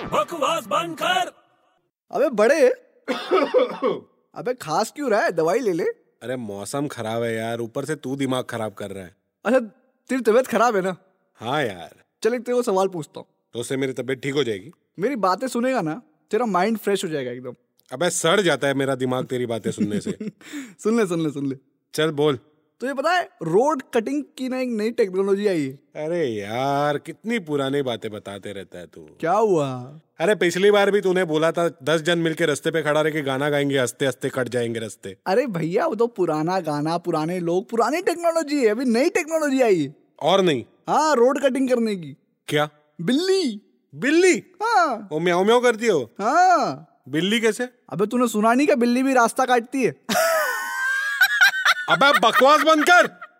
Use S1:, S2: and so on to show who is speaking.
S1: खास बंद कर
S2: अबे बड़े अबे खास क्यों रहा है दवाई ले ले
S3: अरे मौसम खराब है यार ऊपर से तू दिमाग खराब कर रहा है
S2: अच्छा तेरी तबीयत खराब है ना
S3: हाँ यार
S2: चल एक तेरे को सवाल पूछता हूँ
S3: तो उससे मेरी तबीयत ठीक हो जाएगी
S2: मेरी बातें सुनेगा ना तेरा माइंड फ्रेश हो जाएगा एकदम
S3: अबे सड़ जाता है मेरा दिमाग तेरी बातें सुनने से
S2: सुन ले सुन ले सुन ले
S3: चल बोल
S2: तुझे पता है रोड कटिंग की ना एक नई टेक्नोलॉजी आई है
S3: अरे यार कितनी पुरानी बातें बताते रहता है तू
S2: क्या हुआ
S3: अरे पिछली बार भी तूने बोला था दस जन मिलके रास्ते पे खड़ा रह के गाना गाएंगे हंसते हंसते कट जाएंगे रास्ते
S2: अरे भैया वो तो पुराना गाना पुराने लोग पुरानी टेक्नोलॉजी है अभी नई टेक्नोलॉजी आई है
S3: और नहीं
S2: हाँ रोड कटिंग करने की
S3: क्या
S2: बिल्ली
S3: बिल्ली
S2: हाँ
S3: वो म्याओ म्याओ करती हो
S2: हाँ
S3: बिल्ली कैसे
S2: अबे तूने सुना नहीं क्या बिल्ली भी रास्ता काटती है
S3: अबे बकवास बंद कर